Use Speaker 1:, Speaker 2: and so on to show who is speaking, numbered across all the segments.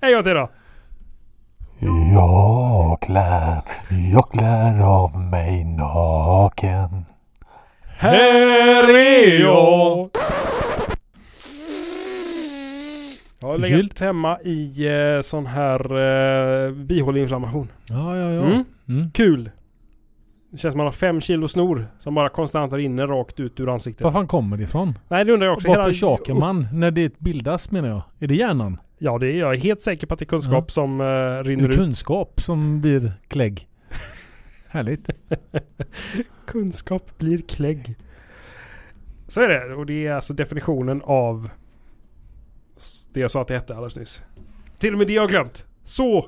Speaker 1: En gång till då.
Speaker 2: Jag klär, jag klär av mig naken.
Speaker 1: Här är jag! Jag har
Speaker 3: Förkyld?
Speaker 1: legat hemma i eh, sån här eh, bihåleinflammation.
Speaker 3: Ja, ja, ja.
Speaker 1: Mm.
Speaker 3: Mm.
Speaker 1: Kul! Det känns som man har fem kilo snor som bara konstant rinner rakt ut ur ansiktet.
Speaker 3: Var fan kommer det ifrån?
Speaker 1: Nej det undrar jag också.
Speaker 3: Varför
Speaker 1: Hela-
Speaker 3: tjakar man när det bildas menar jag? Är det hjärnan?
Speaker 1: Ja det är jag helt säker på att det är kunskap
Speaker 3: Ja.
Speaker 1: som eh,
Speaker 3: Är
Speaker 1: rinner
Speaker 3: det
Speaker 1: ut.
Speaker 3: kunskap som blir klägg? Härligt.
Speaker 1: Kunskap blir klägg. Så är det. Och det är alltså definitionen av s- det jag sa att det hette alldeles nyss. Till och med det jag har glömt. Så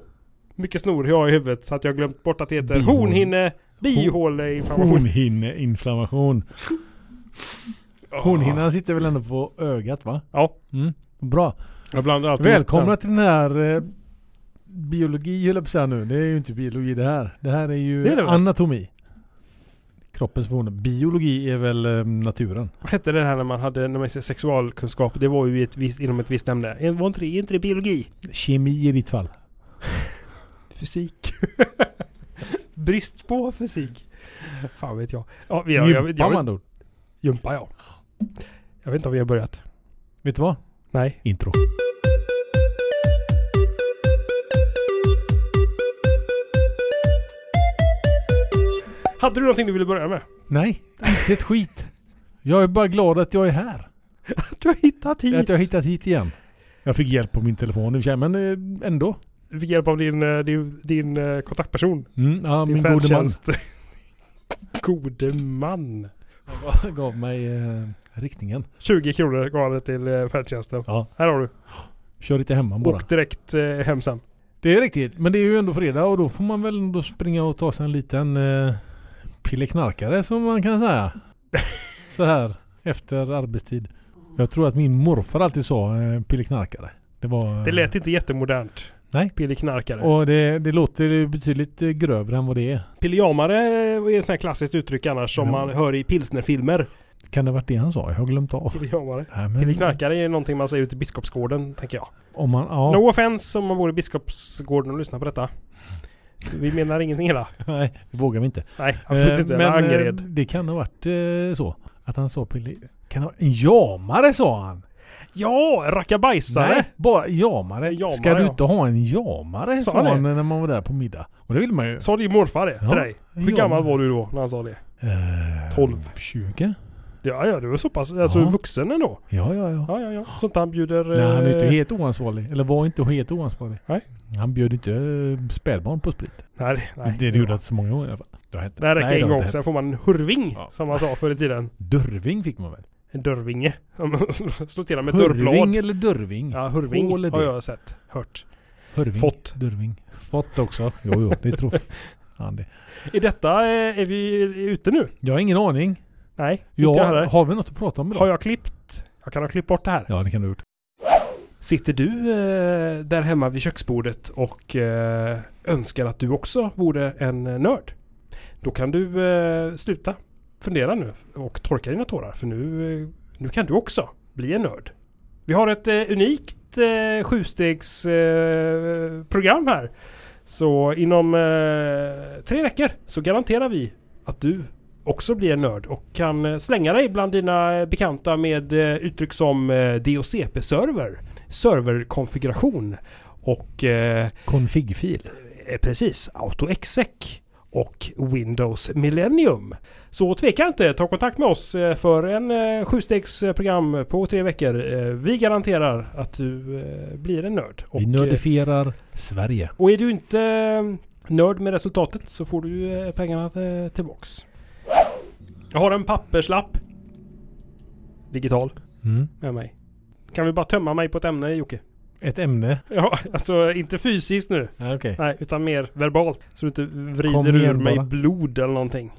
Speaker 1: mycket snor jag har i huvudet så att jag har glömt bort att det heter
Speaker 3: Bihål.
Speaker 1: hornhinne, bihåleinflammation.
Speaker 3: Hornhinneinflammation. Hornhinnan sitter väl ändå på ögat va?
Speaker 1: Ja.
Speaker 3: Mm. Bra.
Speaker 1: Jag blandar alltid
Speaker 3: Välkomna till den här eh, biologi höll jag på att säga nu. Det är ju inte biologi det här. Det här är ju
Speaker 1: Det är det väl?
Speaker 3: anatomi. Kroppens funktioner. Biologi är väl eh, naturen.
Speaker 1: Vad hette det här när man hade när man säger sexualkunskap? Det var ju i ett visst, inom ett visst ämne. Är- Var inte det, är inte det biologi?
Speaker 3: Kemi i ditt fall.
Speaker 1: Fysik. Brist på fysik. Fan vet jag. Ja, vi- jag, jag, jag,
Speaker 3: Gympa med andra ord.
Speaker 1: Jumpa ja. Jag vet inte om vi har börjat.
Speaker 3: Vet du vad?
Speaker 1: Nej.
Speaker 3: Intro.
Speaker 1: Hade du någonting du ville börja med?
Speaker 3: Nej, inte ett skit. Jag är bara glad att jag är här.
Speaker 1: Du har hittat hit.
Speaker 3: Att jag har hittat hit igen. Jag fick hjälp på min telefon i och för sig, men eh, ändå.
Speaker 1: Du fick hjälp av din, eh, din, din eh, kontaktperson.
Speaker 3: Mm, ja,
Speaker 1: Din
Speaker 3: min gode man
Speaker 1: gode man.
Speaker 3: gav mig eh, riktningen.
Speaker 1: 20 kronor gav han det till eh, färdtjänsten.
Speaker 3: Ja.
Speaker 1: Här har du.
Speaker 3: Kör lite hemma bara.
Speaker 1: Och direkt eh, hem sen.
Speaker 3: Det är riktigt, men det är ju ändå fredag och då får man väl ändå springa och ta sig en liten eh, pilleknarkare som man kan säga. Så här efter arbetstid. Jag tror att min morfar alltid sa eh, pilleknarkare. Det var... eh,
Speaker 1: Det lät inte jättemodernt.
Speaker 3: Nej.
Speaker 1: Pilleknarkare. Och
Speaker 3: Och det, det låter ju betydligt eh, grövre än vad det är.
Speaker 1: piliamare är ett sånt här klassiskt uttryck annars som
Speaker 3: Ja.
Speaker 1: man hör i pilsnerfilmer.
Speaker 3: Kan det ha varit det han sa? Jag har glömt av.
Speaker 1: Piliamare.
Speaker 3: Nej, men-
Speaker 1: Pilleknarkare är någonting man säger ute i Biskopsgården, tänker jag.
Speaker 3: Om man, ja,
Speaker 1: No offense om man bor i Biskopsgården och lyssnar på detta. Vi menar ingenting illa.
Speaker 3: nej, det vågar vi inte.
Speaker 1: Nej, absolut
Speaker 3: Eh,
Speaker 1: inte.
Speaker 3: Men eh,
Speaker 1: Angered.
Speaker 3: det kan ha varit eh, så. Att han sa pille- kan ha, en jamare sa han.
Speaker 1: Ja, rackabajsare!
Speaker 3: Nej, bara jamare.
Speaker 1: En jamare,
Speaker 3: Ska du
Speaker 1: ja.
Speaker 3: inte ha en jamare?
Speaker 1: Sa
Speaker 3: Sa,
Speaker 1: han
Speaker 3: han när man var där på middag. Och det vill man ju.
Speaker 1: Sa din morfar det
Speaker 3: Ja,
Speaker 1: till dig? Hur
Speaker 3: ja.
Speaker 1: gammal var du då när han sa det?
Speaker 3: Eh,
Speaker 1: 12.
Speaker 3: 20?
Speaker 1: Ja, ja du var så pass, alltså
Speaker 3: Ja.
Speaker 1: vuxen ändå.
Speaker 3: Ja, ja, ja.
Speaker 1: Ja, ja, ja. Sånt han bjuder...
Speaker 3: Nej, han är ju inte
Speaker 1: eh,
Speaker 3: helt oansvarig. Eller var inte helt oansvarig.
Speaker 1: Nej.
Speaker 3: Han bjöd inte eh, spädbarn på sprit.
Speaker 1: Nej, nej.
Speaker 3: det gjorde inte så många år i alla fall. Det har hänt.
Speaker 1: Det här räcker
Speaker 3: Nej,
Speaker 1: en
Speaker 3: har
Speaker 1: gång,
Speaker 3: inte hänt.
Speaker 1: sen får man en hurving.
Speaker 3: Ja.
Speaker 1: Som man sa förr i tiden.
Speaker 3: Dörving fick man väl?
Speaker 1: En dörrvinge. Slå till den med ett
Speaker 3: Hurving
Speaker 1: dörrblad.
Speaker 3: eller dörving?
Speaker 1: Ja, hurving
Speaker 3: Hål är
Speaker 1: har
Speaker 3: det.
Speaker 1: jag sett. Hört.
Speaker 3: Hörving.
Speaker 1: Fått.
Speaker 3: Dörving. Fått också. Jo, jo, det tror fan det.
Speaker 1: Är detta, eh, är vi ute nu?
Speaker 3: Jag har ingen aning.
Speaker 1: Nej, inte jag
Speaker 3: Ja,
Speaker 1: heller.
Speaker 3: har vi något att prata om idag?
Speaker 1: Har jag klippt? Jag kan ha klippt bort det här.
Speaker 3: Ja, det kan du ha gjort.
Speaker 1: Sitter du eh, där hemma vid köksbordet och eh, önskar att du också vore en eh, nörd? Då kan du eh, sluta fundera nu och torka dina tårar för nu, eh, nu kan du också bli en nörd. Vi har ett eh, unikt eh, sjustegsprogram eh, program här. Så inom eh, tre veckor så garanterar vi att du också blir en nörd och kan eh, slänga dig bland dina eh, bekanta med eh, uttryck som eh, DOCP-server serverkonfiguration och eh,
Speaker 3: Config-fil.
Speaker 1: eh, precis AutoExec E och Windows Millennium. Så tveka inte, ta kontakt med oss eh, för en eh, sjustegsprogram på tre veckor. Eh, Vi garanterar att du eh, blir en nörd. Och,
Speaker 3: Vi
Speaker 1: eh,
Speaker 3: nördifierar Sverige.
Speaker 1: och är du inte eh, nörd med resultatet så får du eh, pengarna eh, tillbaks. Jag har en papperslapp. Digital
Speaker 3: Mm.
Speaker 1: med mig. Kan vi bara tömma mig på ett ämne Jocke?
Speaker 3: Ett ämne.
Speaker 1: Ja, alltså inte fysiskt nu.
Speaker 3: Ja, Okej.
Speaker 1: Nej, utan mer verbalt. Så du inte
Speaker 3: Kom
Speaker 1: vrider
Speaker 3: igen
Speaker 1: ur mig
Speaker 3: bara.
Speaker 1: blod eller någonting.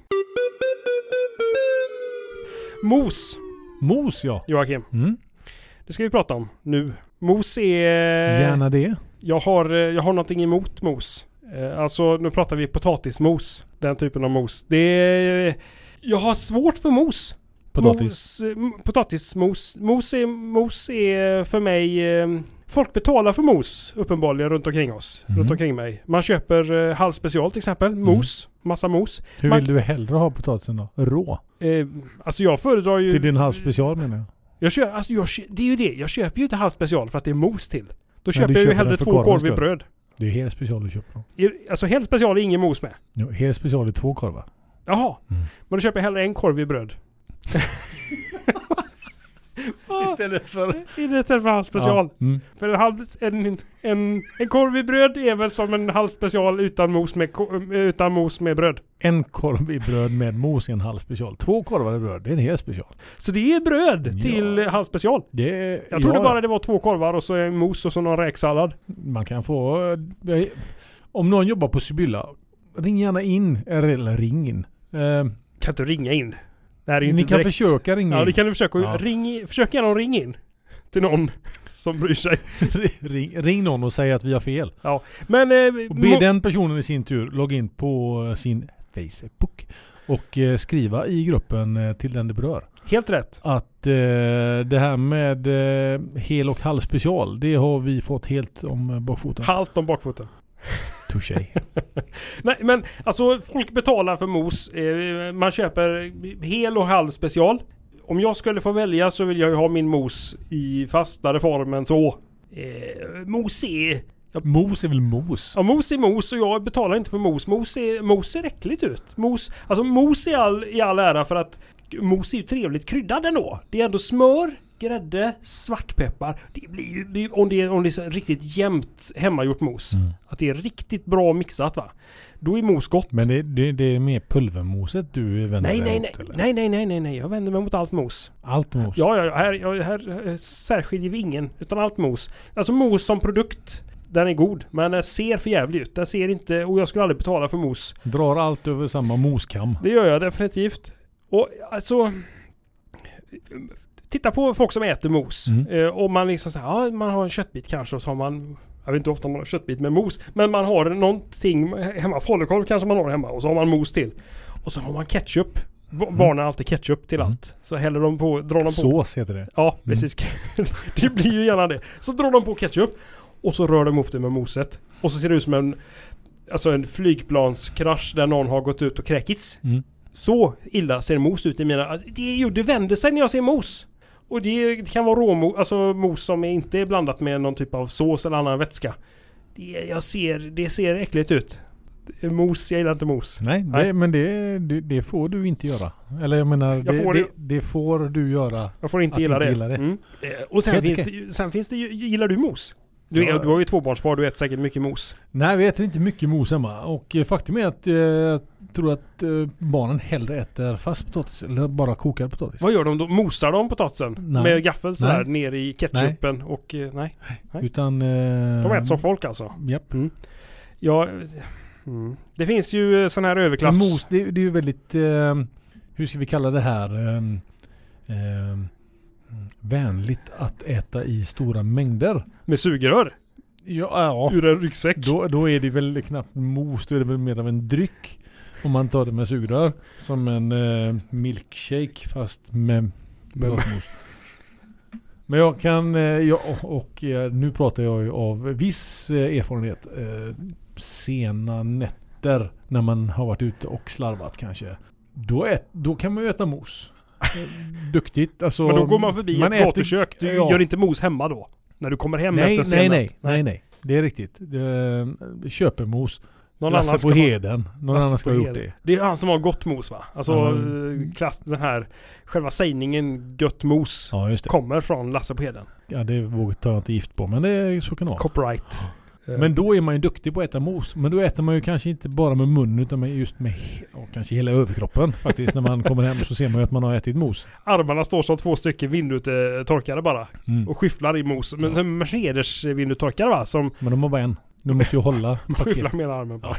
Speaker 1: Mos,
Speaker 3: Mos ja.
Speaker 1: Joakim.
Speaker 3: Mm.
Speaker 1: Det ska vi prata om nu. Mos är...
Speaker 3: Eh, Gärna det.
Speaker 1: Jag har, eh, jag har någonting emot mos. Eh, Alltså nu pratar vi potatismos. Den typen av mos. Det är... Jag har svårt för mos.
Speaker 3: Potatis.
Speaker 1: Mos, eh, m- potatismos. Mos är, mos är för mig... eh, Folk betalar för mos uppenbarligen runt omkring oss.
Speaker 3: Mm.
Speaker 1: Runt omkring mig. Man köper eh, halv special till exempel. Mos. Massa mos.
Speaker 3: Hur
Speaker 1: man-
Speaker 3: vill du hellre ha potatisen då? Rå?
Speaker 1: Eh, alltså jag föredrar ju...
Speaker 3: Till din halvspecial menar jag.
Speaker 1: Jag köper, alltså jag, kö- det är ju det. Jag köper ju inte halv special för att det är mos till. Då köper
Speaker 3: du
Speaker 1: jag ju
Speaker 3: köper
Speaker 1: hellre
Speaker 3: den för
Speaker 1: två
Speaker 3: korvens
Speaker 1: korv i
Speaker 3: skull.
Speaker 1: bröd.
Speaker 3: Det är hel special du köper då.
Speaker 1: I- Alltså helt special är ingen mos med.
Speaker 3: Jo, hel special är två korvar.
Speaker 1: Jaha.
Speaker 3: Mm.
Speaker 1: Men då köper jag hellre en korv i bröd. Istället
Speaker 3: för...
Speaker 1: för halv special.
Speaker 3: Ja. Mm.
Speaker 1: För en, halv, en, en, en korv i bröd är väl som en halv special utan mos med, ko- utan mos med bröd.
Speaker 3: En korv i bröd med mos i en halv special. Två korvar i bröd, det är en hel special.
Speaker 1: Så det är bröd
Speaker 3: Ja.
Speaker 1: till halv special.
Speaker 3: Det är,
Speaker 1: Jag trodde
Speaker 3: ja,
Speaker 1: bara det var två korvar och så en mos och så någon räksallad.
Speaker 3: Man kan få... jag- Om någon jobbar på Sibylla, ring gärna in. Eller ring in. Eh,
Speaker 1: Kan inte ringa in. Det här är ju
Speaker 3: ni
Speaker 1: inte
Speaker 3: kan
Speaker 1: direkt.
Speaker 3: försöka ringa
Speaker 1: Ja,
Speaker 3: in.
Speaker 1: det kan du försöka.
Speaker 3: Ja.
Speaker 1: Ring, i- försök gärna att ringa in. Till någon som bryr sig.
Speaker 3: ring, ring någon och säg att vi har fel.
Speaker 1: Men... Eh,
Speaker 3: Och
Speaker 1: mo-
Speaker 3: be den personen i sin tur logga in på eh, sin Facebook och eh, skriva i gruppen eh, till den det berör.
Speaker 1: Helt rätt.
Speaker 3: Att eh, det här med eh, hel och halv special, det har vi fått helt om eh, bakfoten.
Speaker 1: Halvt om bakfoten.
Speaker 3: Touché.
Speaker 1: Nej men alltså folk betalar för mos. Eh, man köper hel och halv special. Om jag skulle få välja så vill jag ju ha min mos i fastare form än så. Eh, mos är...
Speaker 3: Mos är väl mos?
Speaker 1: Ja, mos är mos och jag betalar inte för mos. Mos, är, mos ser äckligt ut. Mos, alltså mos i all, i all ära för att mos är ju trevligt kryddad ändå. Det är ändå smör, grädde, svartpeppar. Det blir ju, det, om, det, är- om det är så riktigt jämnt hemmagjort mos.
Speaker 3: Mm.
Speaker 1: Att det är riktigt bra mixat va. Då är mos gott.
Speaker 3: Men det, det, det är mer pulvermoset du vänder
Speaker 1: nej,
Speaker 3: dig
Speaker 1: nej,
Speaker 3: mot,
Speaker 1: nej, nej,
Speaker 3: eller?
Speaker 1: nej, nej, nej, nej. Jag vänder mig mot allt mos.
Speaker 3: Allt mos?
Speaker 1: Ja, ja, ja. Här, ja, här eh, särskiljer vi ingen. Utan allt mos. Alltså mos som produkt. Den är god, men den ser för jävlig ut. Den ser inte... Och jag skulle aldrig betala för mos.
Speaker 3: Drar allt över samma moskam.
Speaker 1: Det gör jag definitivt. Och alltså... Titta på folk som äter mos.
Speaker 3: Mm.
Speaker 1: Eh, om man liksom så här, ja, man har en köttbit kanske och så har man... Jag vet inte hur ofta man har köttbit med mos. Men man har någonting hemma. Falukorv kanske man har hemma och så har man mos till. Och så har man ketchup. B- Barnen har alltid ketchup till
Speaker 3: Mm.
Speaker 1: allt. Så häller de på, drar de på...
Speaker 3: Sås heter det.
Speaker 1: Ja, precis. det blir ju gärna det. Så drar de på ketchup. Och så rör de ihop det med moset. Och så ser det ut som en... Alltså en flygplanskrasch där någon har gått ut och kräkits.
Speaker 3: Mm.
Speaker 1: Så illa ser mos ut i mina... Alltså, Det, är ju, det vänder sig när jag ser mos. Och det, det kan vara råmos, alltså mos som är inte är blandat med någon typ av sås eller annan vätska. Det, jag ser, det ser äckligt ut. Mos, jag gillar inte mos.
Speaker 3: Nej, det,
Speaker 1: Nej.
Speaker 3: men det, det, det får du inte göra. Eller jag menar,
Speaker 1: Jag
Speaker 3: det,
Speaker 1: får
Speaker 3: det,
Speaker 1: det.
Speaker 3: det. får du göra.
Speaker 1: Jag får inte
Speaker 3: Att
Speaker 1: gilla
Speaker 3: inte
Speaker 1: det.
Speaker 3: gilla det.
Speaker 1: Mm. Eh, Och sen
Speaker 3: Helt
Speaker 1: finns,
Speaker 3: okej.
Speaker 1: det, ju- sen finns det ju, gillar du mos? Du, är,
Speaker 3: Ja.
Speaker 1: du har ju tvåbarnsfar, du äter säkert mycket mos.
Speaker 3: Nej, vi äter inte mycket mos hemma. Och eh, faktum är att eh, jag tror att eh, barnen hellre äter fast potatis eller bara kokad potatis.
Speaker 1: Vad gör de då? Mosar de potatisen
Speaker 3: Nej.
Speaker 1: med gaffel sådär
Speaker 3: Nej.
Speaker 1: ner i ketchupen? Och eh, nej, Nej.
Speaker 3: Utan... Eh,
Speaker 1: de äter som folk alltså.
Speaker 3: Japp.
Speaker 1: Ja, eh, mm. Det finns ju eh, sån här
Speaker 3: Men
Speaker 1: överklass...
Speaker 3: mos, det, det är ju väldigt... Eh, hur ska vi kalla det här? Eh, eh, vänligt att äta i stora mängder.
Speaker 1: med sugrör.
Speaker 3: Ja, ja.
Speaker 1: ur en ryggsäck.
Speaker 3: Då, då är det väl knappt mos, då är det väl mer av en dryck. Om man tar det med sugrör. Som en eh, milkshake fast med potatismos. Men jag kan, eh, jag, och, och eh, nu pratar jag ju av viss eh, erfarenhet. Eh, sena nätter när man har varit ute och slarvat kanske. Då, ät, då kan man ju äta mos. Eh, Duktigt. Alltså,
Speaker 1: men då går man förbi ett
Speaker 3: äter-
Speaker 1: gatukök. Du
Speaker 3: ja.
Speaker 1: gör inte mos hemma då? När du kommer hem
Speaker 3: Nej,
Speaker 1: efter
Speaker 3: nej,
Speaker 1: scenen.
Speaker 3: nej, nej, nej. Det är riktigt. Eh, Köpemos.
Speaker 1: Någon annan
Speaker 3: Lasse
Speaker 1: ska
Speaker 3: på
Speaker 1: ha-
Speaker 3: Heden. Någon
Speaker 1: Lasse
Speaker 3: annan ska
Speaker 1: på
Speaker 3: ha gjort
Speaker 1: Heden.
Speaker 3: det.
Speaker 1: Det är han som har gott mos va? Alltså
Speaker 3: Ja,
Speaker 1: eh, klass, den här själva sägningen gött mos
Speaker 3: Ja just det.
Speaker 1: kommer från Lasse på Heden.
Speaker 3: Ja det vågar tar jag inte gift på men det är så kan det vara.
Speaker 1: Copyright. Eh,
Speaker 3: Men då är man ju duktig på att äta mos. Men då äter man ju kanske inte bara med munnen utan med just med he- ja, kanske hela överkroppen faktiskt. När man kommer hem så ser man ju att man har ätit mos.
Speaker 1: Eh, Armarna står som två stycken vindrutetorkare bara
Speaker 3: Mm.
Speaker 1: och skyfflar i mos. Men som Mercedes vindrutetorkare va? Som
Speaker 3: Men de har bara en. De måste ju hålla
Speaker 1: skyfflar
Speaker 3: paketet.
Speaker 1: med hela armen bara.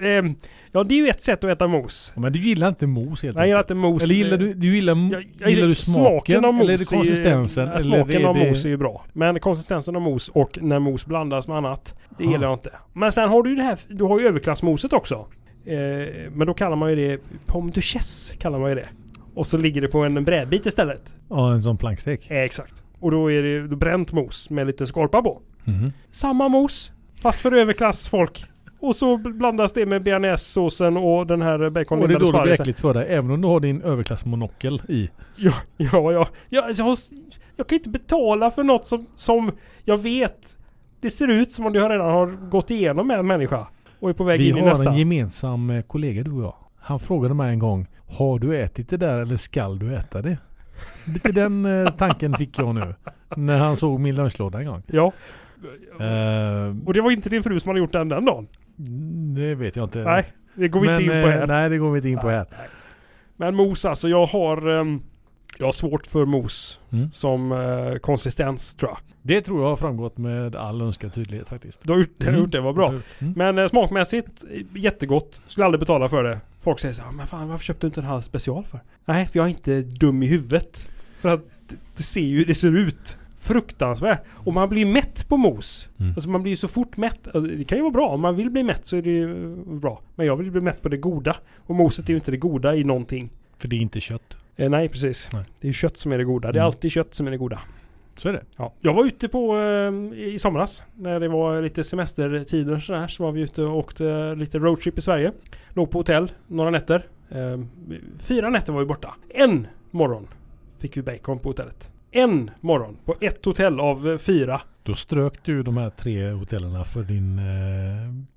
Speaker 1: nej, ehm, ja det är ju ett sätt att äta mos.
Speaker 3: Men du gillar inte mos helt
Speaker 1: Jag gillar inte mos.
Speaker 3: Eller gillar du, du gillar,
Speaker 1: Jag- jag
Speaker 3: Mm. gillar du smaken?
Speaker 1: av mos
Speaker 3: eller är det
Speaker 1: ju-
Speaker 3: konsistensen?
Speaker 1: ja,
Speaker 3: eller
Speaker 1: smaken
Speaker 3: är
Speaker 1: av
Speaker 3: det-
Speaker 1: mos är ju bra. Men konsistensen av mos och när mos blandas med annat. Det
Speaker 3: Ah.
Speaker 1: gillar jag inte. Men sen har du ju det här. Du har ju överklassmoset också. Eh, men då kallar man ju det pomme duchesse. Kallar man ju det. Och så ligger det på en brädbit istället.
Speaker 3: Ja, en sån plankstek.
Speaker 1: Eh, exakt. Och då är det ju bränt mos med en liten skorpa på.
Speaker 3: Mhm.
Speaker 1: Samma mos, fast för överklassfolk. Och så blandas det med bearnaisesåsen och den här
Speaker 3: Och det är
Speaker 1: baconlindade
Speaker 3: då det blir
Speaker 1: sparrisen.
Speaker 3: äckligt för dig. Även om du har din överklassmonokel i.
Speaker 1: Ja, ja, ja. alltså, Jag, jag, har, s- jag kan inte betala för något som, som jag vet. Det ser ut som om jag redan har gått igenom med en människa. Och är på väg
Speaker 3: Vi
Speaker 1: in i
Speaker 3: har
Speaker 1: nästa.
Speaker 3: en gemensam eh, kollega du och jag. Han frågade mig en gång. Har du ätit det där eller skall du äta det? Lite den eh, tanken fick jag nu. När han såg min lunchlåda en gång.
Speaker 1: ja.
Speaker 3: Eh,
Speaker 1: Och det var inte din fru som hade gjort den den dagen.
Speaker 3: det vet jag inte.
Speaker 1: Nej, det går vi
Speaker 3: Eh. Men,
Speaker 1: inte in på
Speaker 3: eh,
Speaker 1: här.
Speaker 3: Nej, det går vi inte in på här.
Speaker 1: Men mos alltså, jag har... ehm, jag har svårt för mos
Speaker 3: Mm.
Speaker 1: som eh, konsistens tror jag.
Speaker 3: Det tror jag har framgått med all önskad tydlighet faktiskt.
Speaker 1: Du har gjort, du har
Speaker 3: Mm.
Speaker 1: gjort det, var bra.
Speaker 3: Mm.
Speaker 1: Men eh, smakmässigt, eh, jättegott. Skulle aldrig betala för det. Folk säger så här, men fan varför köpte du inte den här special för? Nej, för jag är inte dum i huvudet. För att d- du ser ju hur det ser ut. Fruktansvärt. Och man blir mätt på mos.
Speaker 3: Mm.
Speaker 1: Alltså man blir ju så fort mätt. Alltså, det kan ju vara bra. Om man vill bli mätt så är det ju eh, bra. Men jag vill bli mätt på det goda. Och moset är ju inte det goda i någonting.
Speaker 3: För det är inte kött.
Speaker 1: Eh, nej, precis.
Speaker 3: Nej.
Speaker 1: Det är ju kött som är det goda. Det är
Speaker 3: Mm.
Speaker 1: alltid kött som är det goda.
Speaker 3: Så är det.
Speaker 1: Ja. Jag var ute på eh, i somras när det var lite semestertider och sådär så var vi ute och åkte lite roadtrip i Sverige. Låg på hotell några nätter. Eh, fyra nätter var vi borta. En morgon fick vi bacon på hotellet. En morgon på ett hotell av eh, fyra.
Speaker 3: Då strök du de här tre hotellerna för din, eh,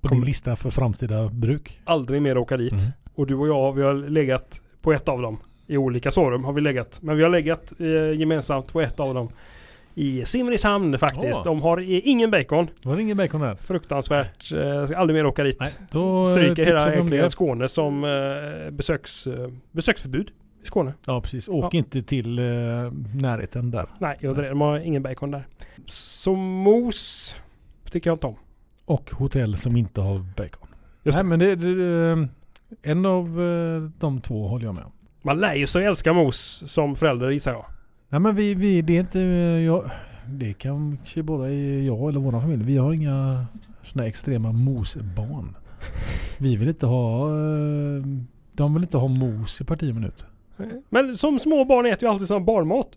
Speaker 3: på din
Speaker 1: Kommer-
Speaker 3: lista för framtida bruk.
Speaker 1: Aldrig mer åka dit.
Speaker 3: Mm.
Speaker 1: Och du och jag vi har legat på ett av dem. I olika sovrum har vi legat. Men vi har legat eh, gemensamt på ett av dem. I Simrishamn faktiskt.
Speaker 3: Åh.
Speaker 1: De har eh, ingen bacon.
Speaker 3: Det var ingen bacon där.
Speaker 1: Fruktansvärt. Eh, ska aldrig mer åka dit.
Speaker 3: Nej, då eh,
Speaker 1: stryker
Speaker 3: tipsar
Speaker 1: hela
Speaker 3: vi om
Speaker 1: äckliga
Speaker 3: det.
Speaker 1: Skåne som eh, besöks, eh, besöksförbud i Skåne.
Speaker 3: Ja, precis. Åk
Speaker 1: Ja.
Speaker 3: inte till eh, närheten där.
Speaker 1: Nej, jag undrar, de har ingen bacon där. Så mos tycker jag inte om.
Speaker 3: Och hotell som inte har bacon.
Speaker 1: Just
Speaker 3: nej, men det, det, eh, en av eh, de två håller jag med om.
Speaker 1: Man lär ju sig älska mos som förälder gissar jag.
Speaker 3: Nej, men vi, vi det är inte... eh, Jag, det kanske bara är jag eller vår familj. Vi har inga sådana extrema mosbarn. Vi vill inte ha... eh, De vill inte ha mos i parti och minut.
Speaker 1: Men som små barn äter ju alltid sån barnmat.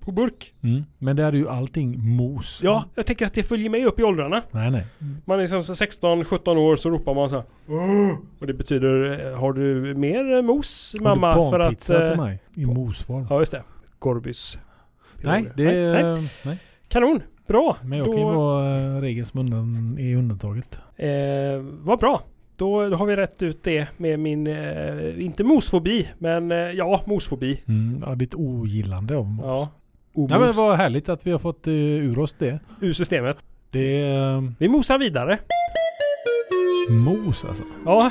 Speaker 1: På burk.
Speaker 3: Men där är ju allting mos.
Speaker 1: Mm. Ja, jag tänker att det följer med upp i åldrarna.
Speaker 3: Nej, nej.
Speaker 1: Man är liksom 16-17 år så ropar man så här. "Åh!" Och det betyder, eh, har du mer eh, mos mamma?
Speaker 3: Har du
Speaker 1: för att...
Speaker 3: barnpizza till
Speaker 1: Eh,
Speaker 3: mig? I mosform.
Speaker 1: ja, just det. Gorbys.
Speaker 3: nej, det... Nej, nej.
Speaker 1: Kanon, bra.
Speaker 3: Men jag kan ju vara eh, regeln som undan, är undantaget.
Speaker 1: Eh, vad bra. Då, då har vi rätt ut det med min, eh, inte mosfobi, men eh, ja, mosfobi.
Speaker 3: Mm, ja, ditt ogillande av mos.
Speaker 1: Ja.
Speaker 3: nej, men
Speaker 1: Omos
Speaker 3: vad härligt att vi har fått eh, ur oss det.
Speaker 1: ur systemet.
Speaker 3: Det... är
Speaker 1: Vi mosar vidare.
Speaker 3: mos alltså.
Speaker 1: Ja,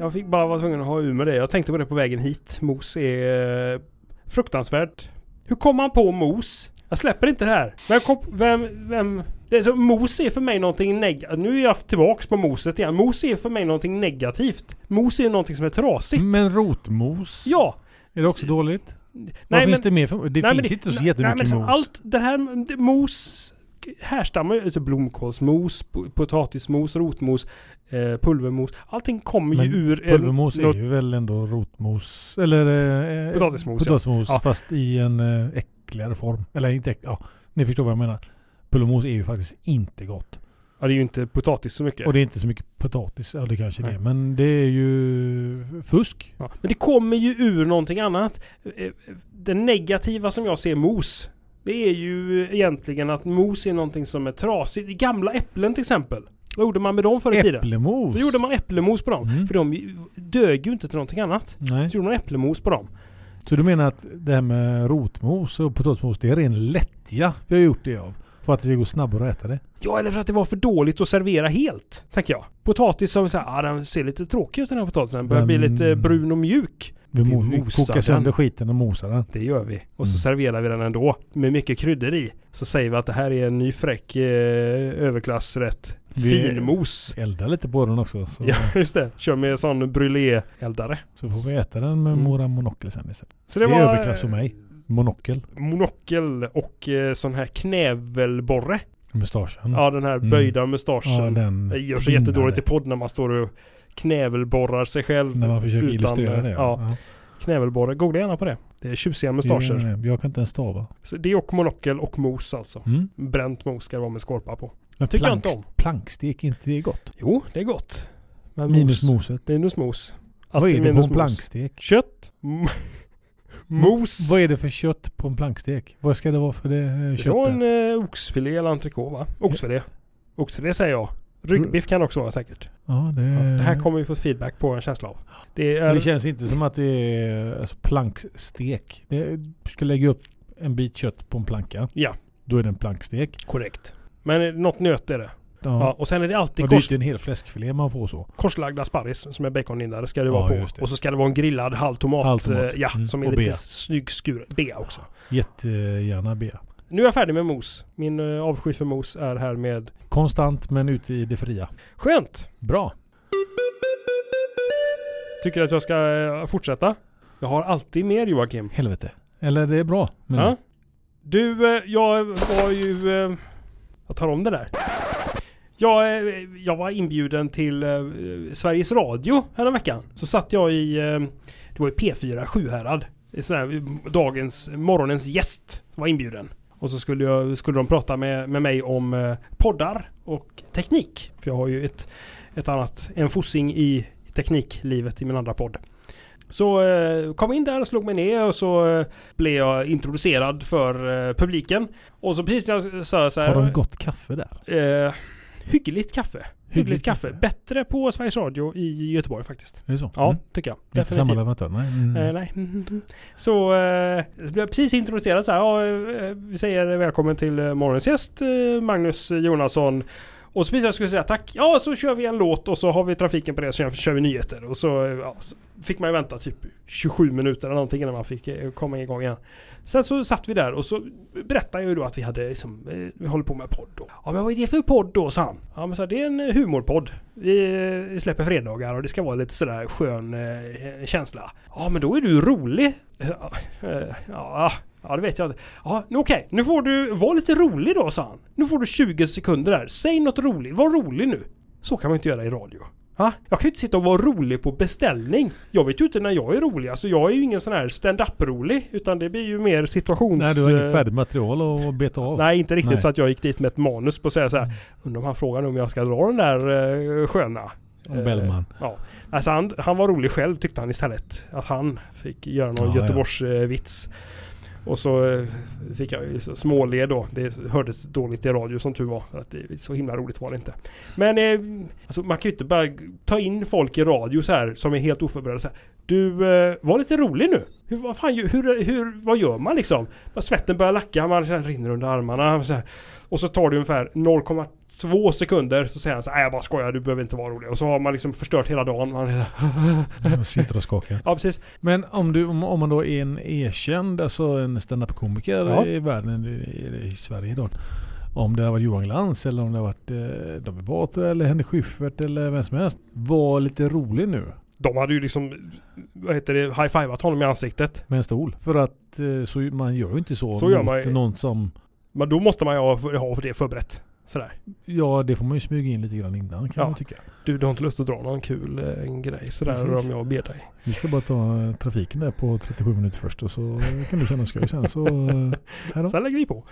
Speaker 1: jag fick bara vara tvungen att ha ur med det. Jag tänkte på det på vägen hit. Mos är eh, fruktansvärt. Hur kom man på mos? Jag släpper inte det här. Vem kom, vem, vem? Det är så, mos är för mig någonting negativt. Nu är jag tillbaks på moset igen. Mos är för mig någonting negativt. Mos är någonting som är trasigt.
Speaker 3: Men rotmos?
Speaker 1: Ja!
Speaker 3: Är det också dåligt? Vad
Speaker 1: Nej,
Speaker 3: finns
Speaker 1: men-
Speaker 3: det mer för... Det
Speaker 1: Nej, men
Speaker 3: finns inte så
Speaker 1: nej,
Speaker 3: jättemycket
Speaker 1: nej, men så
Speaker 3: mos.
Speaker 1: Allt det här det, mos härstammar ju alltså blomkålsmos, po- potatismos, rotmos, eh, pulvermos. Allting kommer ju
Speaker 3: Men
Speaker 1: ur en-
Speaker 3: Pulvermos är
Speaker 1: något-
Speaker 3: ju väl ändå rotmos. Eller... Eh,
Speaker 1: Potatismos, ja.
Speaker 3: Potatismos
Speaker 1: Ja.
Speaker 3: fast i en eh, äckligare form. Eller inte äck, Ja, ni förstår vad jag menar. Pulvermos är ju faktiskt inte gott.
Speaker 1: Ja, det är ju inte potatis så mycket.
Speaker 3: Och det är inte så mycket potatis. Ja, det kanske det
Speaker 1: Nej.
Speaker 3: är. Men det är ju fusk.
Speaker 1: ja. Men det kommer ju ur någonting annat. Eh, Det negativa som jag ser mos, det är ju egentligen att mos är någonting som är trasigt. Gamla äpplen till exempel. Vad gjorde man med dem förr i tiden?
Speaker 3: Äpplemos.
Speaker 1: Då gjorde man äppelmos på dem.
Speaker 3: Mm.
Speaker 1: För de ju- dög ju inte till någonting annat.
Speaker 3: Nej.
Speaker 1: Så gjorde man äppelmos på dem.
Speaker 3: Så du menar att det här med rotmos och potatismos, det är ren lättja vi har gjort det av? För att det går snabbare att äta det?
Speaker 1: Ja, eller för att det var för dåligt att servera helt, tänker jag. Potatis som så här, ah, den ser lite tråkig ut den här potatisen. Börjar bli
Speaker 3: Den-
Speaker 1: lite brun och mjuk.
Speaker 3: Vi,
Speaker 1: Vi
Speaker 3: mo-
Speaker 1: mosar
Speaker 3: kokar
Speaker 1: den.
Speaker 3: sönder skiten och mosar den.
Speaker 1: Det gör vi. Och så
Speaker 3: Mm.
Speaker 1: serverar vi den ändå med mycket kryddor i. Så säger vi att det här är en ny fräck eh, överklassrätt.
Speaker 3: Vi-
Speaker 1: Finmos.
Speaker 3: Elda lite på den också. Så,
Speaker 1: Ja, just det. Kör med sån brûlé-eldare.
Speaker 3: så får vi äta den med
Speaker 1: Mm.
Speaker 3: våra monokel sen istället.
Speaker 1: Så
Speaker 3: Det,
Speaker 1: var eh,
Speaker 3: är överklass för mig. Monokel.
Speaker 1: monokel och eh, sån här knävelborre.
Speaker 3: Mustaschen.
Speaker 1: Ja, den här
Speaker 3: Mm.
Speaker 1: böjda mustaschen.
Speaker 3: Ja, den.
Speaker 1: Det gör så
Speaker 3: tvinnade.
Speaker 1: jättedåligt i podd när man står och knävelborrar sig själv.
Speaker 3: När man försöker
Speaker 1: utan, eh,
Speaker 3: illustrera det.
Speaker 1: Ja. Knävelborre. Googla gärna på det. Det är tjusiga mustascher.
Speaker 3: Det- Jag kan inte ens stava.
Speaker 1: Så det är och monokel och mos alltså.
Speaker 3: Mm.
Speaker 1: Bränt mos ska det vara med skorpa på.
Speaker 3: Men
Speaker 1: Tycker jag inte
Speaker 3: plankst-
Speaker 1: om.
Speaker 3: Plankstek, inte det är gott?
Speaker 1: Jo, det är gott. Men
Speaker 3: Minus
Speaker 1: mos.
Speaker 3: moset.
Speaker 1: Minus mos.
Speaker 3: Vad är
Speaker 1: Alltid
Speaker 3: det på
Speaker 1: minus
Speaker 3: en
Speaker 1: mos.
Speaker 3: plankstek?
Speaker 1: Kött. M- mos.
Speaker 3: Vad är det för kött på en plankstek? Vad ska det vara för det eh,
Speaker 1: Det var en
Speaker 3: köttet?
Speaker 1: eh, oxfilé eller entrecote va? Oxfilé. Oxfilé säger jag. Ryggbiff kan också vara säkert.
Speaker 3: Ja, det,
Speaker 1: Det här kommer vi få feedback på en känsla av. Det
Speaker 3: Eh. Men
Speaker 1: är,
Speaker 3: det känns inte som att det är alltså, plankstek. Det, du ska lägga upp en bit kött på en planka.
Speaker 1: Ja.
Speaker 3: Då är det en plankstek.
Speaker 1: korrekt. Men eh, något nöt är det. Ja.
Speaker 3: Ja.
Speaker 1: och sen är det alltid
Speaker 3: Och det är
Speaker 1: kors,
Speaker 3: inte en hel fläskfilé man får så.
Speaker 1: korslagda sparris som är baconlindade ska det
Speaker 3: Ja,
Speaker 1: vara
Speaker 3: just
Speaker 1: på.
Speaker 3: det.
Speaker 1: Och så ska det vara en grillad halv tomat.
Speaker 3: Halv tomat.
Speaker 1: eh, Ja,
Speaker 3: Mm,
Speaker 1: som är
Speaker 3: och
Speaker 1: lite
Speaker 3: bea.
Speaker 1: snygg skur. B också.
Speaker 3: Jättegärna be.
Speaker 1: Nu är jag färdig med mos. Min eh, avsky för mos är här med
Speaker 3: Konstant men ute i det fria.
Speaker 1: skönt.
Speaker 3: Bra.
Speaker 1: Tycker att jag ska eh, fortsätta? Jag har alltid mer Joakim.
Speaker 3: Helvete. Eller det är bra. Men
Speaker 1: Ja. Du, eh, jag var ju... eh, Jag tar om det där. Jag, eh, jag var inbjuden till eh, Sveriges Radio veckan. Så satt jag i... eh, Det var i P4 Sjuhärad. I sån här, eh, dagens, morgonens gäst var inbjuden. Och så skulle, jag, skulle de prata med, med mig om eh, poddar och teknik. För jag har ju ett, ett annat, en fossing i tekniklivet i min andra podd. Så eh, kom in där och slog mig ner och så eh, blev jag introducerad för eh, publiken. Och så precis när jag sa så här...
Speaker 3: Har de gott kaffe där?
Speaker 1: Eh, hyggligt kaffe. Hyggligt,
Speaker 3: Hyggligt
Speaker 1: kaffe.
Speaker 3: kaffe.
Speaker 1: Bättre på Sveriges Radio i Göteborg faktiskt.
Speaker 3: Är det så?
Speaker 1: Ja,
Speaker 3: Mm.
Speaker 1: tycker jag.
Speaker 3: Inte
Speaker 1: Definitivt.
Speaker 3: samma leverantör? Nej. Mm.
Speaker 1: Eh, nej. Mhm. Så eh, jag blev precis introducerad så här. Ja, eh, vi säger välkommen till eh, morgonens gäst eh, Magnus Jonasson. Och så precis jag skulle säga tack. Ja, så kör vi en låt och så har vi trafiken på det så kör- kör vi nyheter. Och så, eh, ja, så fick man ju vänta typ 27 minuter eller någonting innan man fick eh, komma igång igen. Sen så satt vi där och så berättade jag ju då att vi hade liksom, eh, vi håller på med podd då. Ja men vad är det för podd då, sa han. Ja men så här, det är en eh, humorpodd. Vi eh, släpper fredagar och det ska vara lite sådär skön eh, känsla. Ja men då är du rolig. Eh, eh, Ja, ja det vet jag inte. Ja, nu okej, nu får du, var lite rolig då, sa han. Nu får du 20 sekunder där. Säg något roligt, var rolig nu. Så kan man inte göra i radio. Ha? Jag kan ju inte sitta och vara rolig på beställning. Jag vet ju inte när jag är rolig. Alltså jag är ju ingen sån här stand-up-rolig. Utan det blir ju mer situations...
Speaker 3: Nej, du har
Speaker 1: eh,
Speaker 3: inget färdigt material att beta av.
Speaker 1: Nej, inte riktigt
Speaker 3: Nej.
Speaker 1: så att jag gick dit med ett manus på att säga så här.
Speaker 3: Mm.
Speaker 1: Undrar om han frågar nu om jag ska dra den där eh, sköna.
Speaker 3: Och Bellman.
Speaker 1: Alltså han, han var rolig själv tyckte han istället. Att han fick göra någon
Speaker 3: Ja, ja.
Speaker 1: Göteborgsvits. Och så eh, fick jag ju så- småle då. Det hördes dåligt i radio som tur var. För att det, så himla roligt var det inte. Men eh, alltså, man kan ju inte bara g- ta in folk i radio så här som är helt oförberedda. Så här, du, eh, var lite rolig nu. Hur, vad, fan, ju- hur, hur, vad gör man liksom? Bara Svetten börjar lacka, man så här, rinner under armarna. Så här. Och så tar det ungefär 0,2 sekunder så säger han så här, "Nej, jag bara skojar, du behöver inte vara rolig. Och så har man liksom förstört hela dagen. Man, är-
Speaker 3: Jag sitter och skakar.
Speaker 1: ja, precis.
Speaker 3: eh. Men om, du, om, om man då är en erkänd, alltså en standup-komiker
Speaker 1: Ja.
Speaker 3: i världen, i, eller i Sverige då. Om det har varit Johan Glans eller om det har varit eh, David Batra eller Henrik Schyffert eller vem som helst. Var lite rolig nu
Speaker 1: De hade ju liksom, vad heter det, high-fivat honom i ansiktet.
Speaker 3: med en stol. För att eh, så, man gör ju inte så,
Speaker 1: Så gör
Speaker 3: mot
Speaker 1: man ju.
Speaker 3: någon som...
Speaker 1: Men då måste man ju ha, ha det förberett. Sådär.
Speaker 3: Ja, det får man ju smyga in lite grann innan kan
Speaker 1: Ja.
Speaker 3: man tycka.
Speaker 1: Du, du har inte lust att dra någon kul eh, grej sådär
Speaker 3: Precis.
Speaker 1: om jag ber dig?
Speaker 3: Vi ska bara ta eh, trafiken där på 37 minuter först och så kan du känna skoj sen. Så, eh, här då.
Speaker 1: Sen lägger vi på.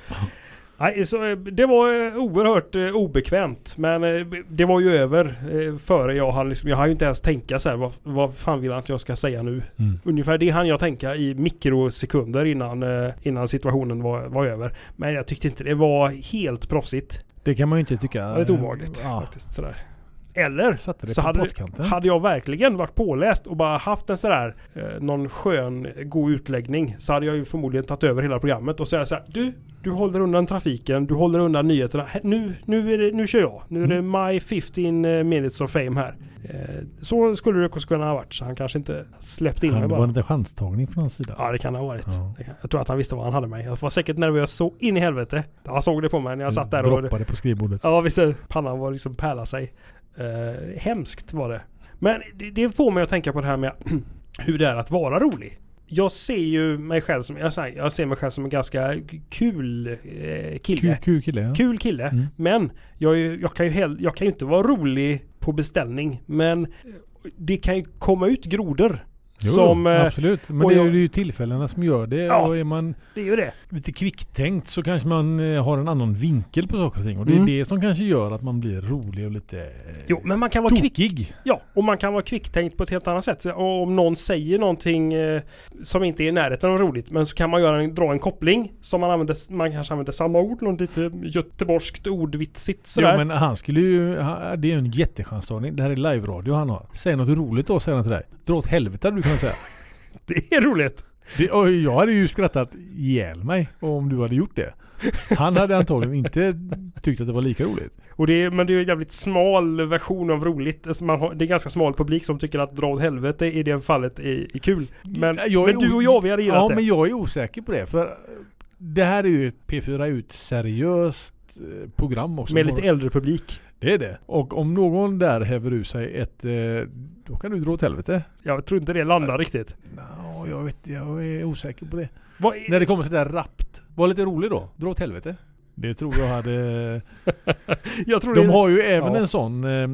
Speaker 1: Nej, så, eh, det var eh, oerhört eh, obekvämt. Men eh, det var ju över eh, före jag hann liksom, Jag hann ju inte ens tänka så här. Vad, vad fan vill han att jag ska säga nu?
Speaker 3: Mm.
Speaker 1: Ungefär det hann jag tänka i mikrosekunder innan, eh, innan situationen var, var över. Men jag tyckte inte det var helt proffsigt.
Speaker 3: Det kan man ju inte tycka.
Speaker 1: Det var lite obehagligt
Speaker 3: Ja.
Speaker 1: faktiskt. Sådär. Eller
Speaker 3: Satte det
Speaker 1: Så
Speaker 3: på
Speaker 1: hade-
Speaker 3: pottkanten.
Speaker 1: Hade jag verkligen varit påläst och bara haft en sådär eh, någon skön god utläggning så hade jag ju förmodligen tagit över hela programmet och säga så här, du, du håller undan trafiken, du håller undan nyheterna. Här- Nu, nu, är det, nu kör jag. Nu är det my 15 minutes of fame här. Eh, så skulle det också kunna ha varit så han kanske inte släppte in
Speaker 3: Ja,
Speaker 1: mig
Speaker 3: det var
Speaker 1: bara.
Speaker 3: inte chanstagning från hans sida.
Speaker 1: Ja det kan det ha varit.
Speaker 3: Ja.
Speaker 1: Det kan- Jag tror att han visste vad han hade mig. Jag var säkert nervös så in i helvete. Han såg det på mig när jag satt där och
Speaker 3: Droppade på skrivbordet.
Speaker 1: Ja visst, är det. pannan var liksom pärla sig. Eh, hemskt var det. Men det, det får mig att tänka på det här med hur det är att vara rolig. Jag ser ju mig själv som, jag, säger- jag ser mig själv som en ganska k- kul eh, kille.
Speaker 3: Kul,
Speaker 1: Kul,
Speaker 3: kul kille. Ja.
Speaker 1: kille.
Speaker 3: Mm.
Speaker 1: Men jag, är ju- jag, kan ju hell, jag kan ju inte vara rolig på beställning. Men det kan ju komma ut grodor
Speaker 3: Jo,
Speaker 1: som...
Speaker 3: jo,
Speaker 1: eh,
Speaker 3: absolut. Men
Speaker 1: och
Speaker 3: det är
Speaker 1: jag-
Speaker 3: ju det är ju tillfällena som gör det.
Speaker 1: Ja.
Speaker 3: Och är man
Speaker 1: det är ju det.
Speaker 3: lite kvicktänkt så kanske man eh, har en annan vinkel på saker och ting. Och det är
Speaker 1: Mm.
Speaker 3: det som kanske gör att man blir rolig och lite eh,
Speaker 1: Jo, men man kan vara kvick.
Speaker 3: tokig.
Speaker 1: Ja, och man kan vara kvicktänkt på ett helt annat sätt. Så, Och om någon säger någonting eh, som inte är i närheten av roligt, men så kan man göra en, dra en koppling som man använder, man kanske använder samma ord, något lite göteborgskt ordvitsigt
Speaker 3: Jo,
Speaker 1: sådär.
Speaker 3: men han skulle ju... ha- Det är ju en jättechanstagning. Det här är live-radio han har. Säg något roligt då, säger han till dig. Dra åt helvete hade du kunnat säga.
Speaker 1: Det är roligt!
Speaker 3: Det, och jag hade ju skrattat ihjäl mig om du hade gjort det. Han hade antagligen inte tyckt att det var lika roligt.
Speaker 1: Och det är, men det är en jävligt smal version av roligt. Alltså man har, det är ganska smal publik som tycker att dra åt helvete i det fallet är, är kul. Men,
Speaker 3: Jag är
Speaker 1: men du
Speaker 3: o-
Speaker 1: och jag, vi hade gillat
Speaker 3: Ja,
Speaker 1: det.
Speaker 3: men jag är osäker på det. För det här är ju ett P4 Ut seriöst eh, program också.
Speaker 1: Med lite äldre publik.
Speaker 3: Det är det. Och om någon där häver ur sig ett... eh, Då kan du dra åt helvete.
Speaker 1: Jag tror inte det landar riktigt.
Speaker 3: No, jag, vet, jag är osäker på det.
Speaker 1: Vad är,
Speaker 3: När det kommer sådär rappt. Var lite rolig då. Dra åt helvete. Det tror jag hade...
Speaker 1: jag tror
Speaker 3: De
Speaker 1: det,
Speaker 3: har ju även
Speaker 1: Ja.
Speaker 3: en sån eh,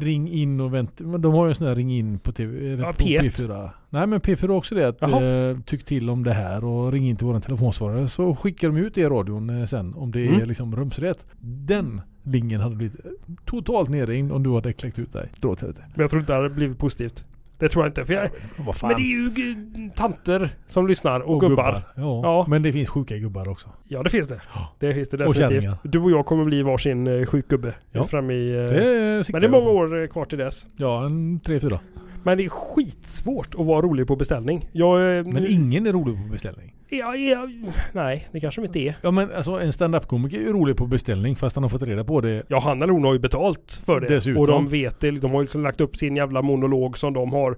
Speaker 3: ring in och vänta. Men de har ju en sån här ring in på, TV, eller
Speaker 1: Ja,
Speaker 3: på
Speaker 1: P1.
Speaker 3: P4. Nej men P4 har också det att
Speaker 1: Jaha.
Speaker 3: eh, tyck till om det här och ring in till våran telefonsvarare. Så skickar de ut det i radion eh, sen om det är
Speaker 1: Mm.
Speaker 3: liksom rumsrätt. Den linjen hade blivit totalt nerringd om du hade kläckt ut dig. Dra åt helvete.
Speaker 1: Men jag tror inte det hade blivit positivt. Det tror jag inte. För jag,
Speaker 3: Vad fan.
Speaker 1: men det är ju g- tanter som lyssnar och, gubbar.
Speaker 3: Ja.
Speaker 1: Ja.
Speaker 3: men det finns sjuka gubbar också.
Speaker 1: Ja det finns det.
Speaker 3: Ja.
Speaker 1: Det finns det
Speaker 3: Och
Speaker 1: definitivt.
Speaker 3: kärringar.
Speaker 1: du och jag kommer bli varsin eh, sjuk gubbe.
Speaker 3: Ja.
Speaker 1: Fram i, eh,
Speaker 3: Det
Speaker 1: men
Speaker 3: siktar
Speaker 1: det är
Speaker 3: jag
Speaker 1: många
Speaker 3: på.
Speaker 1: år eh, kvar till dess.
Speaker 3: Ja, en tre, fyra.
Speaker 1: Men det är skitsvårt att vara rolig på beställning. Jag, eh,
Speaker 3: Men ingen är rolig på beställning.
Speaker 1: Ja, ja, nej, det kanske de inte är.
Speaker 3: Ja men alltså en standup-komiker är ju rolig på beställning fast han har fått reda på det.
Speaker 1: Ja, han eller hon har ju betalt för det.
Speaker 3: Dessutom.
Speaker 1: Och de vet det. De har ju liksom lagt upp sin jävla monolog som de har. eh,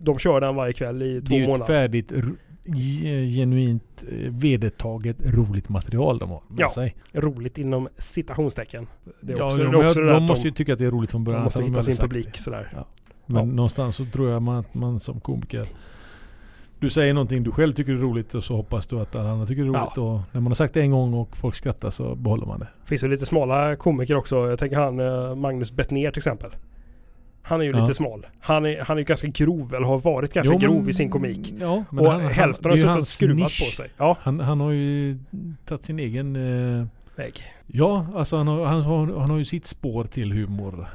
Speaker 1: De kör den varje kväll i
Speaker 3: Det
Speaker 1: två
Speaker 3: är ju ett
Speaker 1: månader.
Speaker 3: färdigt, ro- ge- genuint, eh, vedertaget, roligt material de har med
Speaker 1: Ja,
Speaker 3: sig.
Speaker 1: Roligt inom citationstecken. Det är
Speaker 3: Ja,
Speaker 1: också,
Speaker 3: jo,
Speaker 1: det
Speaker 3: men
Speaker 1: är också
Speaker 3: jag-
Speaker 1: det där
Speaker 3: de
Speaker 1: att
Speaker 3: måste ju tycka att det är roligt
Speaker 1: de
Speaker 3: från början.
Speaker 1: måste
Speaker 3: annars hade
Speaker 1: hitta
Speaker 3: de
Speaker 1: sin
Speaker 3: aldrig sagt
Speaker 1: publik sådär.
Speaker 3: det. Men
Speaker 1: Ja.
Speaker 3: någonstans så tror jag man, att man som komiker du säger någonting du själv tycker är roligt och så hoppas du att alla andra tycker det är
Speaker 1: Ja.
Speaker 3: roligt. Och när man har sagt det en gång och folk skrattar så behåller man det.
Speaker 1: Finns ju lite smala komiker också. Jag tänker han eh, Magnus Bettner till exempel. Han är ju
Speaker 3: Ja.
Speaker 1: lite smal. Han är, han är ju ganska grov, eller har varit ganska
Speaker 3: Jo, men-
Speaker 1: grov i sin komik.
Speaker 3: Ja, men
Speaker 1: Och
Speaker 3: han- han-
Speaker 1: hälften
Speaker 3: det är
Speaker 1: har
Speaker 3: ju
Speaker 1: suttit och
Speaker 3: hans
Speaker 1: skruvat
Speaker 3: nisch.
Speaker 1: på sig. Ja,
Speaker 3: Han, han har ju tagit sin egen eh,
Speaker 1: vägg.
Speaker 3: Ja, alltså han har, han, har, han har ju sitt spår till humordelen.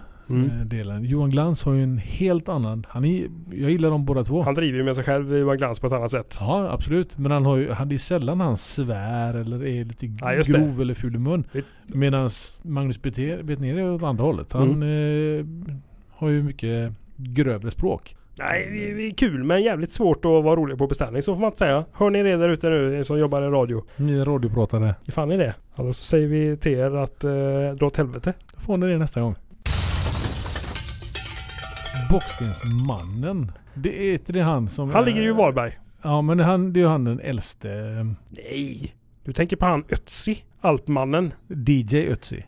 Speaker 1: Mm.
Speaker 3: Johan Glans har ju en helt annan. Han är, jag gillar dem båda två.
Speaker 1: Han driver ju med sig själv i Johan Glans på ett annat sätt.
Speaker 3: Ja, absolut. Men han har ju, han, det är sällan han svär eller är lite
Speaker 1: Ja, just det.
Speaker 3: grov eller ful i mun.
Speaker 1: Det-
Speaker 3: Medan Magnus Betnér Betnér är åt andra hållet. Han
Speaker 1: Mm.
Speaker 3: eh, har ju mycket grövre språk.
Speaker 1: Nej, det är- det är kul men jävligt svårt att vara rolig på beställning. Så får man inte säga. Hör ni det där ute nu ni som jobbar i radio?
Speaker 3: Ni radiopratare,
Speaker 1: Ifall ni det. Annars så säger vi till er att eh, dra åt helvete.
Speaker 3: då får ni det nästa gång. Bockstensmannen. Det är inte det han som...
Speaker 1: Han ligger ju i
Speaker 3: var.
Speaker 1: Varberg.
Speaker 3: Ja men han, det är ju han den äldste eh,
Speaker 1: Nej! Du tänker på han Ötzi, alpmannen.
Speaker 3: DJ Ötzi.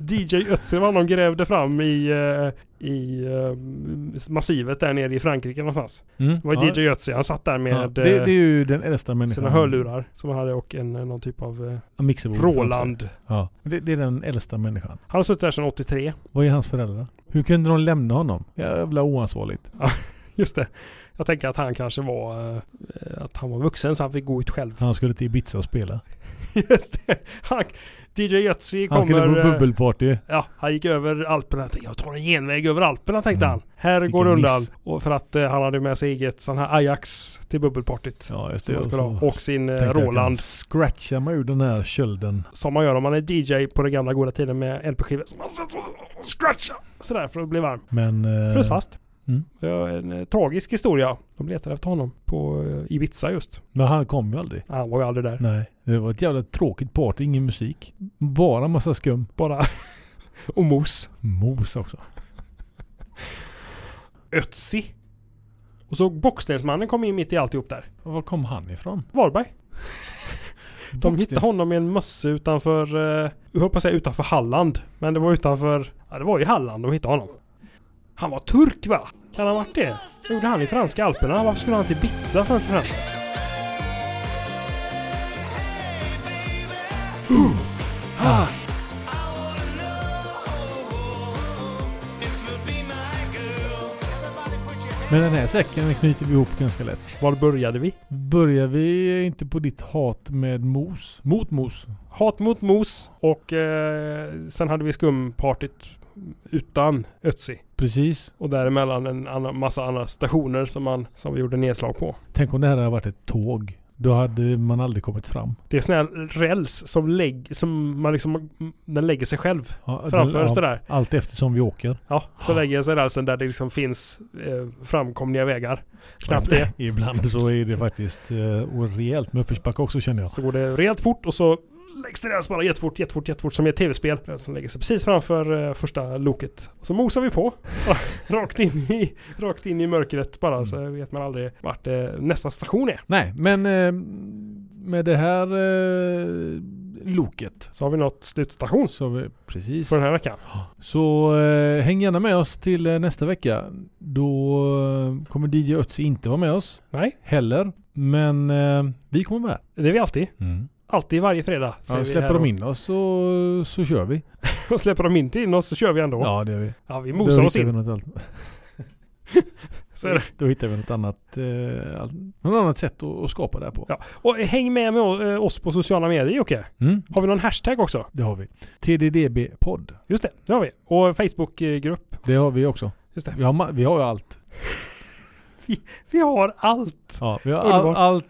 Speaker 1: DJ Ötzi var han de grävde fram i, eh, i eh, massivet där nere i Frankrike någonstans. Det var
Speaker 3: Ja,
Speaker 1: DJ Ötzi. Han satt där med
Speaker 3: ja. det, det är ju den äldsta
Speaker 1: eh,
Speaker 3: människan.
Speaker 1: sina hörlurar som han hade och en, eh, någon typ av eh,
Speaker 3: Ja, mixerbord.
Speaker 1: Roland.
Speaker 3: Ja. Det, det är den äldsta människan.
Speaker 1: Han har suttit där sedan 83.
Speaker 3: Vad är hans föräldrar? Hur kunde de lämna honom? Jävla oansvarigt.
Speaker 1: Just det. Jag tänker att han kanske var, eh, att han var vuxen så han fick gå ut själv.
Speaker 3: Han skulle till Ibiza och spela.
Speaker 1: Just det. Han, DJ Götzi
Speaker 3: Han skulle
Speaker 1: kommer...
Speaker 3: på
Speaker 1: eh,
Speaker 3: bubbelparty.
Speaker 1: Ja, han gick över Alperna. Jag tänkte, Jag tar en genväg över Alperna tänkte
Speaker 3: Mm.
Speaker 1: han. Här
Speaker 3: Vilken
Speaker 1: går det undan.
Speaker 3: miss.
Speaker 1: Och för att eh, han hade med sig eget sån här Ajax till bubbelpartyt.
Speaker 3: Ja just
Speaker 1: som
Speaker 3: det.
Speaker 1: han
Speaker 3: Och
Speaker 1: skulle ha.
Speaker 3: så
Speaker 1: Och sin eh,
Speaker 3: tänkte jag, kan
Speaker 1: Roland.
Speaker 3: Scratcha mig ur den här kölden.
Speaker 1: Som man gör om man är DJ på den gamla goda tiden med LP-skivor. Som man sätter och scratchar. Sådär för att bli varm.
Speaker 3: Men... eh,
Speaker 1: Frös fast.
Speaker 3: Mm.
Speaker 1: Det var en eh, tragisk historia. De letade efter honom på eh, Ibiza just. Ah,
Speaker 3: Men han kom ju aldrig.
Speaker 1: Han var ju aldrig där.
Speaker 3: Nej. Det var ett jävla tråkigt party. Ingen musik. Bara massa skum.
Speaker 1: Bara... och mos.
Speaker 3: Mos också.
Speaker 1: Ötzi. Och så Bockstensmannen kom in mitt i alltihop där.
Speaker 3: Och Var kom han ifrån?
Speaker 1: Varberg. De
Speaker 3: Boxning.
Speaker 1: hittade honom i en mössa utanför, eh, jag höll på att säga utanför Halland. Men det var utanför, ja det var i Halland de hittade honom. Han var turk va? Kan han ha varit det? Det gjorde han i franska alperna. Varför skulle han till Ibiza först och främst?
Speaker 3: Men den här säcken knyter vi ihop ganska lätt.
Speaker 1: Var började vi?
Speaker 3: Börjar vi inte på ditt hat med mos? Mot mos?
Speaker 1: Hat mot mos och eh, sen hade vi skumpartyt utan Ötzi.
Speaker 3: Precis.
Speaker 1: Och däremellan en annan, massa andra stationer som, man, som vi gjorde nedslag på.
Speaker 3: Tänk om det här hade varit ett tåg. Då hade man aldrig kommit fram.
Speaker 1: Det är sån här räls som, lägg, som man liksom, den lägger sig själv
Speaker 3: Ja, den-
Speaker 1: framför
Speaker 3: ja,
Speaker 1: oss där.
Speaker 3: Allt eftersom vi åker.
Speaker 1: Ja, så lägger sig rälsen där det liksom finns eh, framkomliga vägar. Knappt det.
Speaker 3: Ibland så är det faktiskt eh, och rejält med uppförsbacke också känner jag.
Speaker 1: Så går det rejält fort och så läggs det räls bara jättefort, jättefort, jättefort som i ett tv-spel. Den som lägger sig precis framför eh, första loket. Så mosar vi på. rakt, in i, rakt in i mörkret bara
Speaker 3: Mm.
Speaker 1: så vet man aldrig vart eh, nästa station är.
Speaker 3: Nej, men eh, med det här eh, loket
Speaker 1: Så har vi nått slutstation
Speaker 3: så har vi precis.
Speaker 1: för den här veckan.
Speaker 3: Så eh, häng gärna med oss till eh, nästa vecka. Då eh, kommer DJ Ötzi inte vara med oss
Speaker 1: Nej,
Speaker 3: heller. Men eh, vi kommer vara här.
Speaker 1: det är vi alltid.
Speaker 3: Mm.
Speaker 1: Alltid varje fredag. så är
Speaker 3: Ja,
Speaker 1: vi
Speaker 3: släpper
Speaker 1: här
Speaker 3: de
Speaker 1: och-
Speaker 3: in oss så, så kör vi.
Speaker 1: Och släpper de in till oss så kör vi ändå. Ja,
Speaker 3: Ja, det gör vi.
Speaker 1: vi
Speaker 3: Då
Speaker 1: mosar oss
Speaker 3: hittar vi
Speaker 1: in.
Speaker 3: något allt-
Speaker 1: Så är det.
Speaker 3: Då hittar vi något annat, eh, allt- något annat sätt att, att skapa det här på.
Speaker 1: Ja. Och häng med, med o- eh, oss på sociala medier Jocke.
Speaker 3: Mm,
Speaker 1: Har vi någon hashtag också?
Speaker 3: det har vi. TDDB-podd.
Speaker 1: Just det, det har vi. Och Facebookgrupp.
Speaker 3: Det har vi också.
Speaker 1: Just det.
Speaker 3: Vi har, ma- vi har ju allt.
Speaker 1: Vi har allt.
Speaker 3: Ja, vi har all,
Speaker 1: Underbart.
Speaker 3: allt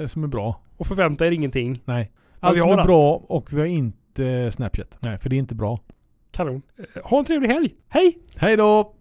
Speaker 3: eh, som är bra.
Speaker 1: Och förvänta er ingenting.
Speaker 3: Nej.
Speaker 1: Ja,
Speaker 3: Allt
Speaker 1: vi
Speaker 3: som
Speaker 1: har
Speaker 3: är
Speaker 1: allt.
Speaker 3: bra och vi har inte Snapchat. Nej, för det är inte bra.
Speaker 1: Kanon. Eh, Ha en trevlig helg. Hej!
Speaker 3: Hej då!